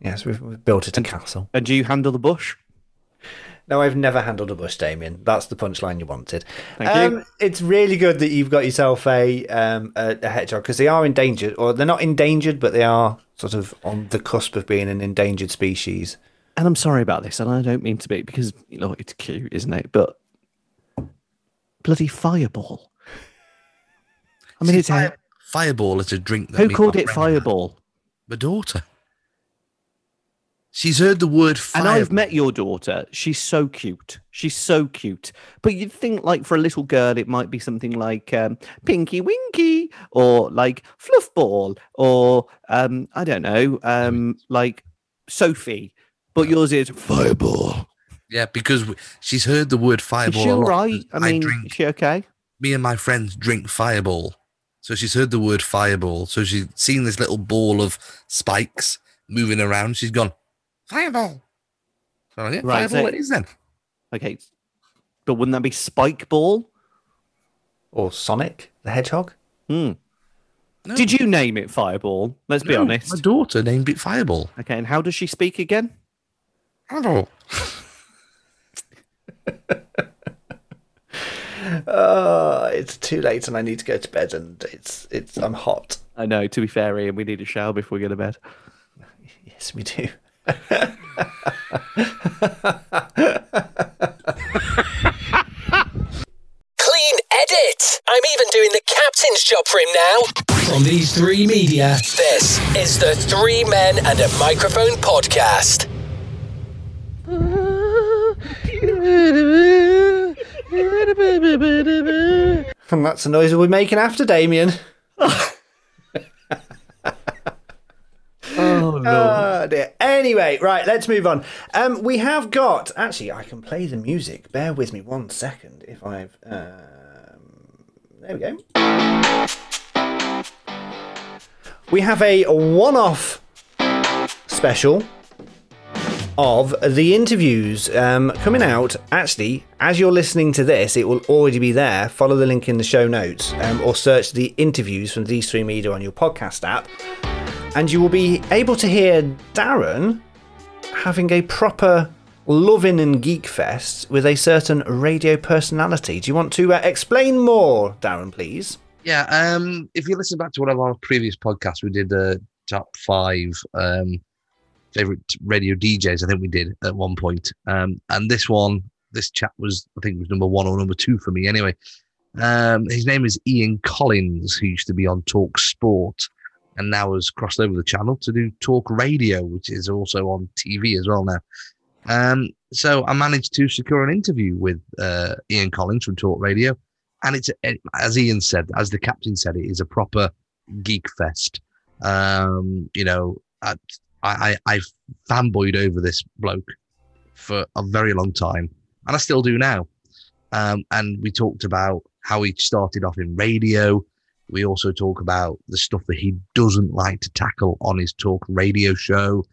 S2: Yes, we've, we've built it a castle.
S5: And do you handle the bush?
S2: No, I've never handled a bush, Damien. That's the punchline you wanted.
S5: Thank you.
S2: um, It's really good that you've got yourself a um, a, a hedgehog because they are endangered, or they're not endangered, but they are sort of on the cusp of being an endangered species.
S5: And I'm sorry about this, and I don't mean to be because you know it's cute, isn't it? But bloody fireball. I mean,
S4: See,
S5: it's a,
S4: Fire- Fireball is a drink. That
S5: who
S4: me
S5: called
S4: and
S5: it
S4: my friend had.
S5: fireball?
S4: My daughter. She's heard the word fire.
S5: And I've met your daughter. She's so cute. She's so cute. But you'd think, like, for a little girl, it might be something like um, Pinky Winky or like Fluffball or um, I don't know, um, like Sophie. But yours is Fireball.
S4: Yeah, because we, she's heard the word
S5: Is
S4: fireball.
S5: she
S4: a
S5: all
S4: lot,
S5: right? I
S4: because
S5: mean, is
S4: drink.
S5: she okay?
S4: Me and my friends drink fireball, so she's heard the word fireball. So she's seen this little ball of spikes moving around. She's gone fireball. So I'm like, yeah,
S5: Right, so-
S4: fireball it is then.
S5: Okay. But wouldn't that be Spike Ball?
S2: Or Sonic the hedgehog.
S5: Hmm. Did you name it Fireball? Let's be
S4: No, My
S5: honest.
S4: daughter named it Fireball.
S5: Okay. And how does she speak again?
S4: Fireball.
S2: Uh, it's too late, and I need to go to bed, and it's it's I'm hot.
S5: I know, to be fair, Ian, we need a shower before we go to bed.
S2: Yes, we do.
S3: Clean edit. I'm even doing the captain's job for him now. From these three media, this is the Three Men and a Microphone podcast.
S2: And that's the noise we'll be making after Damien.
S5: Oh, no.
S2: Oh dear. Anyway, right, let's move on. Um, we have got actually, I can play the music. Bear with me one second. If I've um, there we go. We have a one off special of the interviews um, coming out. Actually, as you're listening to this, it will already be there. Follow the link in the show notes um, or search the interviews from these three media on your podcast app. And you will be able to hear Darren having a proper loving and geek fest with a certain radio personality. Do you want to uh, explain more, Darren, please?
S4: Yeah, um, if you listen back to one of our previous podcasts, we did uh, top five um, favorite radio DJs. I think we did at one point, um, and this one, this chap was, I think, was number one or number two for me. Anyway, um, his name is Ian Collins, who used to be on Talk Sport, and now has crossed over the channel to do Talk Radio, which is also on TV as well now. Um, so I managed to secure an interview with uh, Ian Collins from Talk Radio, and it's it, as Ian said, as the captain said, it is a proper geek fest. Um, you know, I, I I fanboyed over this bloke for a very long time, and I still do now. Um, and we talked about how he started off in radio. We also talk about the stuff that he doesn't like to tackle on his talk radio show,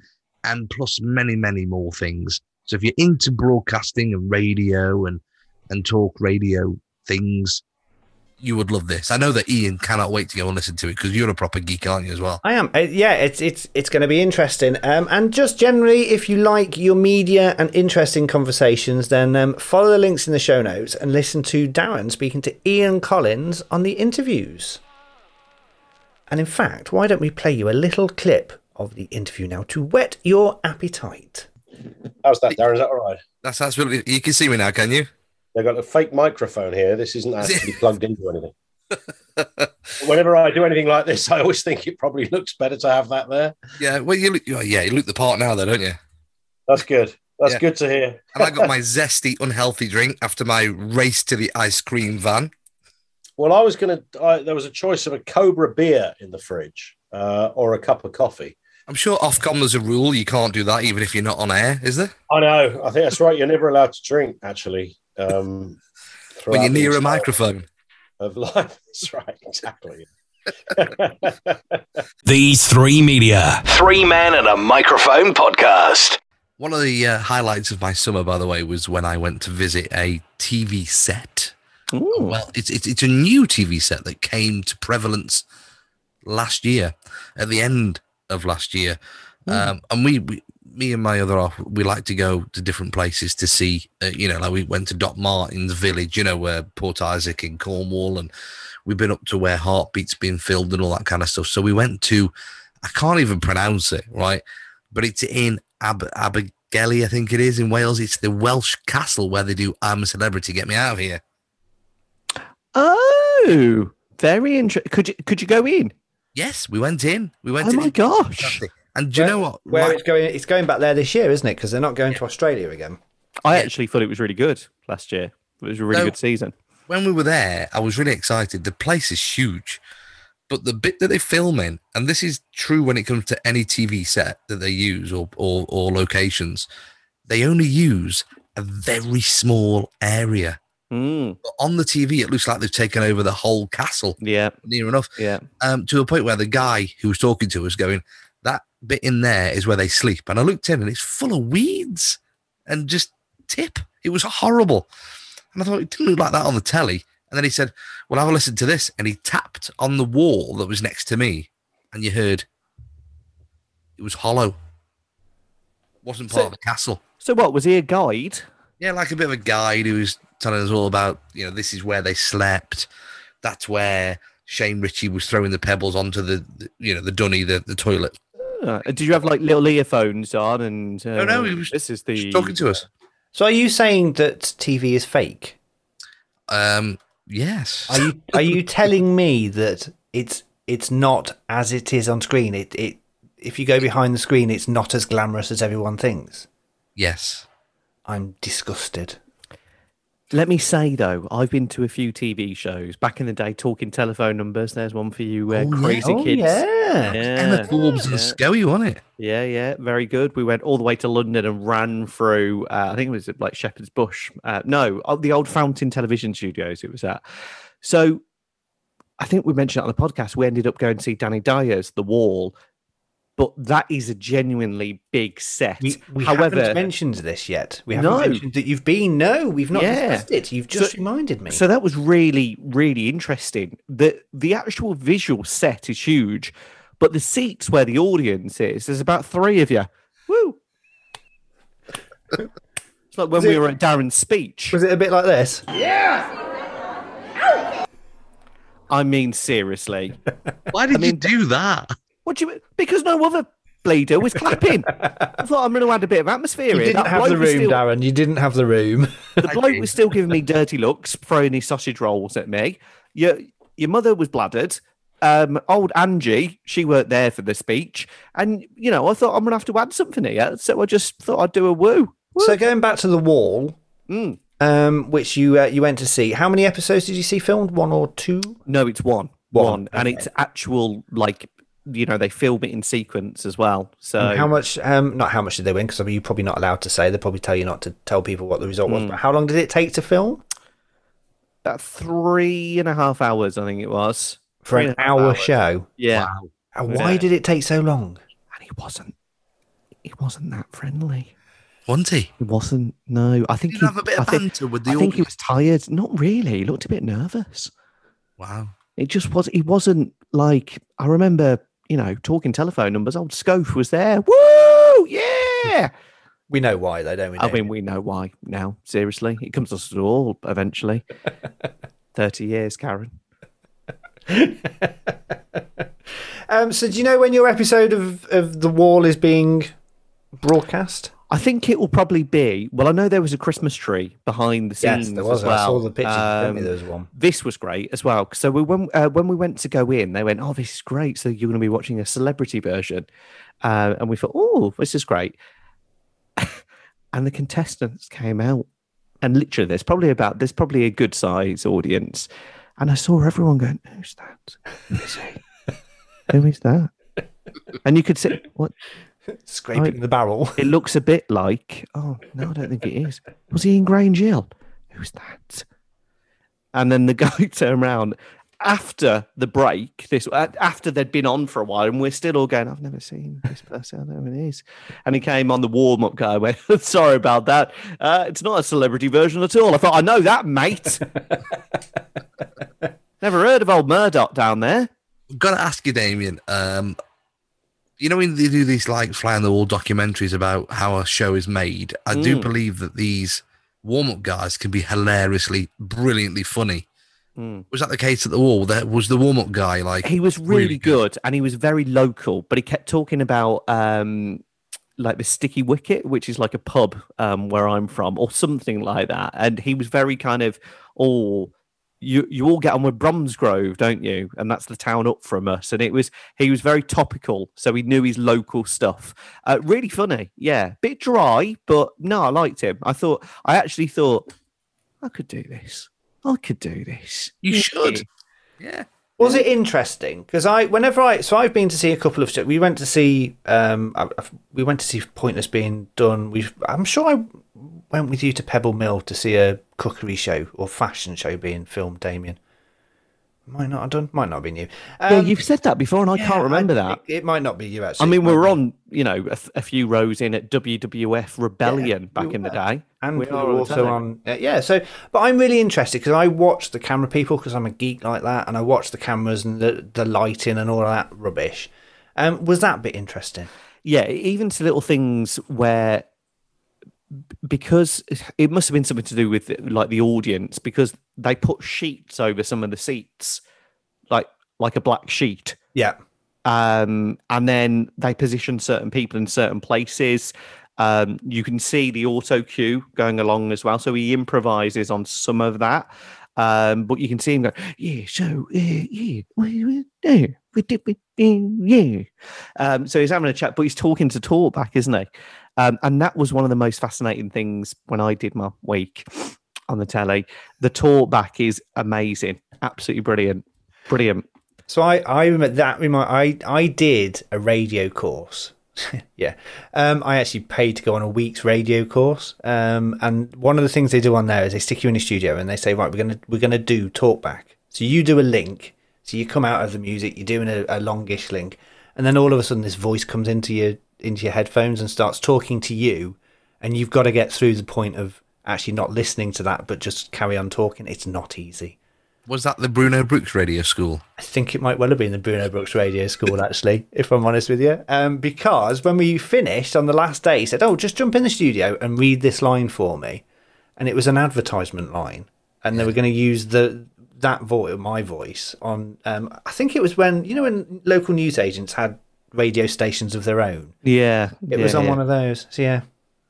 S4: and plus many, many more things. So if you're into broadcasting and radio and and talk radio things, you would love this. I know that Ian cannot wait to go and listen to it because you're a proper geek, aren't you, as well?
S2: I am. Uh, yeah, it's it's it's going to be interesting. Um, and just generally, if you like your media and interesting conversations, then um, follow the links in the show notes and listen to Darren speaking to Ian Collins on the interviews. And in fact, why don't we play you a little clip of the interview now to whet your appetite?
S12: How's that, Darren? Is that all right?
S4: That's absolutely. You can see me now, can you?
S12: They've got a fake microphone here. This isn't
S4: (laughs)
S12: actually plugged into anything. Whenever I do anything like this, I always think it probably looks better to have that there.
S4: Yeah, well, you look, oh, yeah, you look the part now, though, don't you?
S12: That's good. That's
S4: Yeah.
S12: good to hear.
S4: And I (laughs) got my zesty, unhealthy drink after my race to the ice cream van.
S12: Well, I was going to. There was a choice of a Cobra beer in the fridge uh, or a cup of coffee.
S4: I'm sure Ofcom there's a rule you can't do that, even if you're not on air, is there?
S12: I know. I think that's right. You're never allowed to drink, actually. Um,
S4: When you're
S12: throughout the
S4: near a
S12: entire
S4: microphone.
S12: of life. (laughs) That's right. Exactly. (laughs)
S3: These three media.
S10: Three men and a microphone podcast.
S4: One of the uh, highlights of my summer, by the way, was when I went to visit a TV set. Well, it's, it's it's a new TV set that came to prevalence last year, at the end of last year, um, and we, we, me and my other half, we like to go to different places to see. Uh, you know, like we went to Doc Martin's village, you know, where Port Isaac in Cornwall, and we've been up to where Heartbeat's been filmed and all that kind of stuff. So we went to, I can't even pronounce it right, but it's in Ab- Abergele, I think it is in Wales. It's the Welsh castle where they do "I'm a Celebrity, Get Me Out of Here."
S5: Oh, very interesting. Could you could you go in?
S4: Yes, we went in. We went.
S5: Oh
S4: in.
S5: my gosh!
S4: And do you know what?
S2: Where
S4: My-
S2: it's going? It's going back there this year, isn't it? Because they're not going to Australia again.
S5: I actually thought it was really good last year. It was a really
S4: No.
S5: good season.
S4: when we were there, I was really excited. The place is huge, but the bit that they film in, and this is true when it comes to any TV set that they use or or, or locations, they only use a very small area.
S5: Mm,
S4: But on the TV, it looks like they've taken over the whole castle
S5: yeah,
S4: near enough.
S5: yeah.
S4: um, to a point where the guy who was talking to us going, that bit in there is where they sleep. And I looked in and it's full of weeds and just tip. It was horrible. And I thought it didn't look like that on the telly. And then he said, well, have a listen to this. And he tapped on the wall that was next to me and you heard it was hollow. Wasn't part of the castle.
S5: So what was he a guide?
S4: Yeah, like a bit of a guide who was telling us all about, you know, this is where they slept. That's where Shane Ritchie was throwing the pebbles onto the, the- you know, the dunny, the, the toilet.
S5: Uh, did you have like little earphones on? And uh,
S4: no, he was
S5: this is
S4: Just
S5: the
S4: talking to us.
S2: So, are you saying that TV is fake?
S4: Um, yes.
S2: Are (laughs) you are you telling me that it's it's not as it is on screen? It it if you go behind the screen, it's not as glamorous as everyone thinks.
S4: yes.
S2: I'm disgusted.
S5: Let me say though, I've been to a few TV shows back in the day. Talking telephone numbers. There's one for you, uh,
S4: Oh, yeah.
S5: crazy
S2: Oh
S5: kids.
S2: yeah.
S4: Emma
S5: Yeah.
S4: Forbes and
S5: yeah.
S4: Scoey, wasn't it?
S5: yeah, yeah, very good. We went all the way to London and ran through. Uh, I think it was at, like Shepherd's Bush. Uh, no, uh, the old Fountain Television Studios. It was at. So I think we mentioned it on the podcast. We ended up going to see Danny Dyer's The Wall, but that is a genuinely big set.
S2: We, we
S5: However,
S2: haven't mentioned this yet. We haven't mentioned that you've been. No, we've not discussed it. You've just reminded me.
S5: So that was really, really interesting. The the actual visual set is huge, but the seats where the audience is, there's about three of you.
S2: (laughs)
S5: Woo! it's like when
S2: Was
S5: we
S2: it-
S5: were at Darren's speech.
S2: Was it a bit like this?
S7: Yeah!
S5: I mean, seriously.
S4: Why did you do that?
S5: What do you mean? Because no other bleeder was clapping.
S2: (laughs)
S5: I thought I'm going to add a bit of atmosphere
S2: You
S5: here.
S2: didn't
S5: That
S2: have
S5: bloke
S2: the
S5: was
S2: room,
S5: still-
S2: Darren. You didn't have the room.
S5: The bloke was still giving me dirty looks, throwing his sausage rolls at me. Your your mother was bladdered. Um, old Angie, she weren't there for the speech, and you know I thought I'm gonna have to add something here, so I just thought I'd do a woo.
S2: (laughs) So going back to the wall,
S5: Mm.
S2: um, which you uh, you went to see. How many episodes did you see filmed? One or two?
S5: No, it's one,
S2: One,
S5: one, and it's actual like you know they film it in sequence as well. So
S2: And how much? Um, not how much did they win? Because I mean, you're probably not allowed to say. They probably tell you not to tell people what the result was.
S5: Mm.
S2: But how long did it take to film?
S5: About three and a half hours, I think it was.
S2: For
S5: Three
S2: an
S5: and a half
S2: hour
S5: hours.
S2: show?
S5: Yeah.
S2: And why
S5: Yeah.
S2: did it take so long?
S5: And he wasn't. He wasn't that friendly.
S4: Wasn't he?
S5: He wasn't. No, I think
S4: Didn't
S5: he
S4: have a bit
S5: I
S4: of
S5: think-
S4: banter with the
S5: I think he
S4: audience.
S5: was tired. Not really. He looked a bit nervous.
S4: Wow.
S5: It just was. He wasn't like I remember. You know, talking telephone numbers. Old Scope was there. Woo! Yeah.
S2: We know why, though, don't we?
S5: I
S2: Dave?
S5: mean, we know why now. Seriously, it comes to us all
S4: (laughs)
S5: eventually. Thirty years, Karen.
S2: um, so do you know when your episode of, of the wall is being broadcast?
S5: I think it will probably be. Well, I know there was a Christmas tree behind the
S2: Yes,
S5: scenes.
S2: there was.
S5: As
S2: I
S5: well. Um,
S2: saw the pictures. Definitely there was one.
S5: This was great as well. So we when uh, when we went to go in, they went, "Oh, this is great." So you're going to be watching a celebrity version, uh, and we thought, "Oh, this is great." (laughs) and the contestants came out, and literally, there's probably about there's probably a good size audience, and I saw everyone going, "Who's that? Who is he? Who is that?" And you could see what
S2: Scraping the barrel.
S5: It looks a bit like, oh no, I don't think it is. Was he in Grange Hill? Who's that? And then the (laughs) guy turned around after the break, this a- after they'd been on for a while, and we're still all going, I've never seen this person, I don't know who it is. And he came on the warm-up guy, went, (laughs) sorry about that. Uh, it's not a celebrity version at all. I thought, I know that, mate. (laughs) never heard of old Murdoch down there.
S4: Gotta ask you, Damien. Um, you know when they do these like fly on the wall documentaries about how a show is made, I do
S5: Mm.
S4: believe that these warm up guys can be hilariously, brilliantly funny.
S5: Hmm.
S4: Was that the case at the wall? That was the warm up guy like
S5: he was really, good, and he was very local but he kept talking about um like the sticky wicket which is like a pub um where i'm from or something like that and he was very kind of all you you all get on with bromsgrove don't you and that's the town up from us and it was he was very topical so he knew his local stuff uh, really funny yeah bit dry but no i liked him i thought i actually thought i could do this i could do this
S4: You should.
S5: yeah
S2: Was it interesting? Because I, whenever I, so I've been to see a couple of. shows. We went to see, um, I- I've- we went to see Pointless being done. We, have I'm sure I went with you to Pebble Mill to see a cookery show or fashion show being filmed. Damien, might not have done. Might not have been you.
S5: yeah,
S2: Um,
S5: you've said that before, and I can't remember that.
S2: It, it might not be you actually.
S5: I mean,
S2: It might
S5: we
S2: be-
S5: were on, you know, a, f- a few rows in at WWF Rebellion back in the day,
S2: and we,
S5: are
S2: were also
S5: the
S2: on uh, yeah so but i'm really interested because i watch the camera people because i'm a geek like that and i watch the cameras and the, the lighting and all that rubbish um, was that bit interesting
S5: yeah, even to little things where b- because it must have been something to do with like the audience because they put sheets over some of the seats, like like a black sheet.
S2: Yeah.
S5: Um, and then they position certain people in certain places. Um, you can see the auto cue going along as well. So he improvises on some of that. Um, but you can see him go, yeah, so, uh, yeah, we, we, yeah, we did, we, yeah. Um, so he's having a chat, but he's talking to Talkback, isn't he? Um, and that was one of the most fascinating things when I did my week on the telly. The Talkback is amazing, absolutely brilliant, brilliant.
S2: so i i remember that remind i i did a radio course (laughs) yeah um, i actually paid to go on a week's radio course um, and one of the things they do on there is they stick you in a studio and they say right we're gonna we're gonna do talkback so you do a link So you come out of the music, you're doing a, a longish link, and then all of a sudden this voice comes into your into your headphones and starts talking to you, and you've got to get through the point of actually not listening to that, but just carry on talking. It's not easy.
S4: Was that the Bruno Brooks radio school?
S2: I think it might well have been the Bruno Brooks radio
S5: (laughs)
S2: school, actually, if I'm honest with you. Um, because when we finished on the last day, he said, Oh, just jump in the studio and read this line for me. And it was an advertisement line. And they were going to use the that voice, my voice, on. Um, I think it was when, you know, when local news agents had radio stations of their own.
S5: Yeah,
S2: It was on one of those. So, yeah.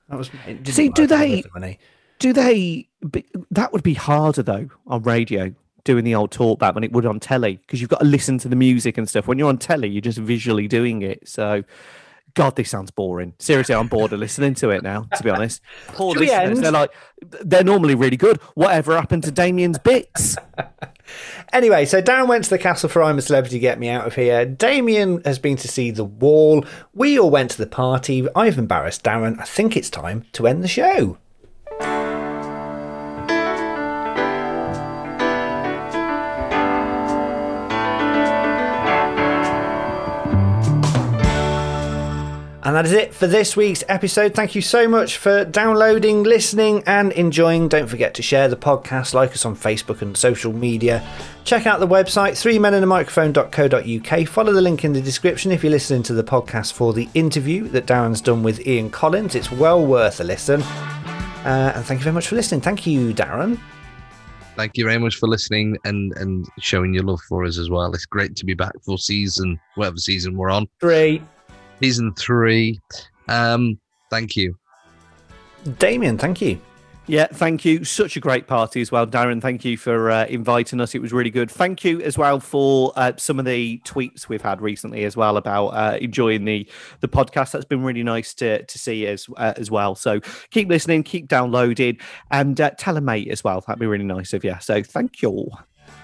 S2: That was. it didn't
S5: See, do
S2: work out
S5: they-
S2: for me.
S5: Do they? But that would be harder though on radio doing the old talkback than it would on telly because you've got to listen to the music and stuff. When you're on telly, you're just visually doing it. So, God, this sounds boring. Seriously, I'm bored of listening to it now. To be honest, poor
S2: Should we
S5: listeners.
S2: end?
S5: They're like, they're normally really good. Whatever happened to Damien's bits?
S2: Anyway, so Dan went to the castle for I'm a Celebrity, Get Me Out of Here. Damien has been to see The Wall. We all went to the party. I've embarrassed Darren. I think it's time to end the show. And that is it for this week's episode. Thank you so much for downloading, listening, and enjoying. Don't forget to share the podcast, like us on Facebook and social media. Check out the website, three men in a microphone.co.uk. Follow the link in the description if you're listening to the podcast for the interview that Darren's done with Ian Collins. It's well worth a listen. Uh, and thank you very much for listening. Thank you, Darren.
S4: Thank you very much for listening and and showing your love for us as well. It's great to be back for season whatever season we're on.
S2: Three.
S4: Season three. Um, thank you.
S2: Damien, thank you.
S5: Yeah, thank you. Such a great party as well, Darren. Thank you for uh, inviting us. It was really good. Thank you as well for uh, some of the tweets we've had recently as well about uh, enjoying the the podcast. That's been really nice to to see as uh, as well. So keep listening, keep downloading, and uh, tell a mate as well. That'd be really nice of you. So thank you.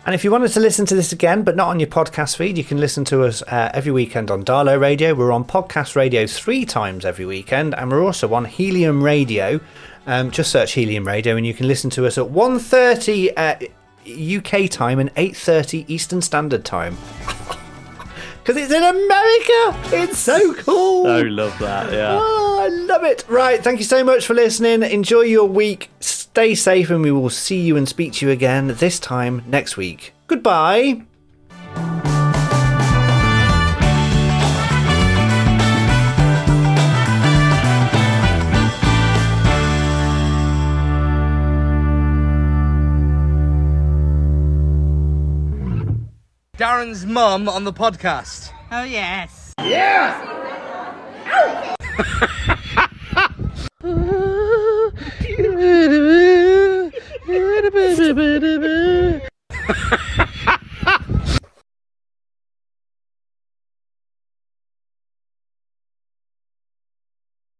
S2: And if you wanted to listen to this again, but not on your podcast feed, you can listen to us uh, every weekend on Darlow Radio. We're on Podcast Radio three times every weekend, and we're also on Helium Radio. Um, just search Helium Radio, and you can listen to us at 1.30 uh, UK time and 8.30 Eastern Standard Time. (laughs) Because it's in America! It's so cool!
S5: Oh, love that. Yeah.
S2: Oh, I love it. Right. Thank you so much for listening. Enjoy your week. Stay safe, and we will see you and speak to you again this time next week. Goodbye.
S11: Darren's mum
S10: Oh,
S11: on the podcast.
S13: Oh, yes.
S11: Yeah!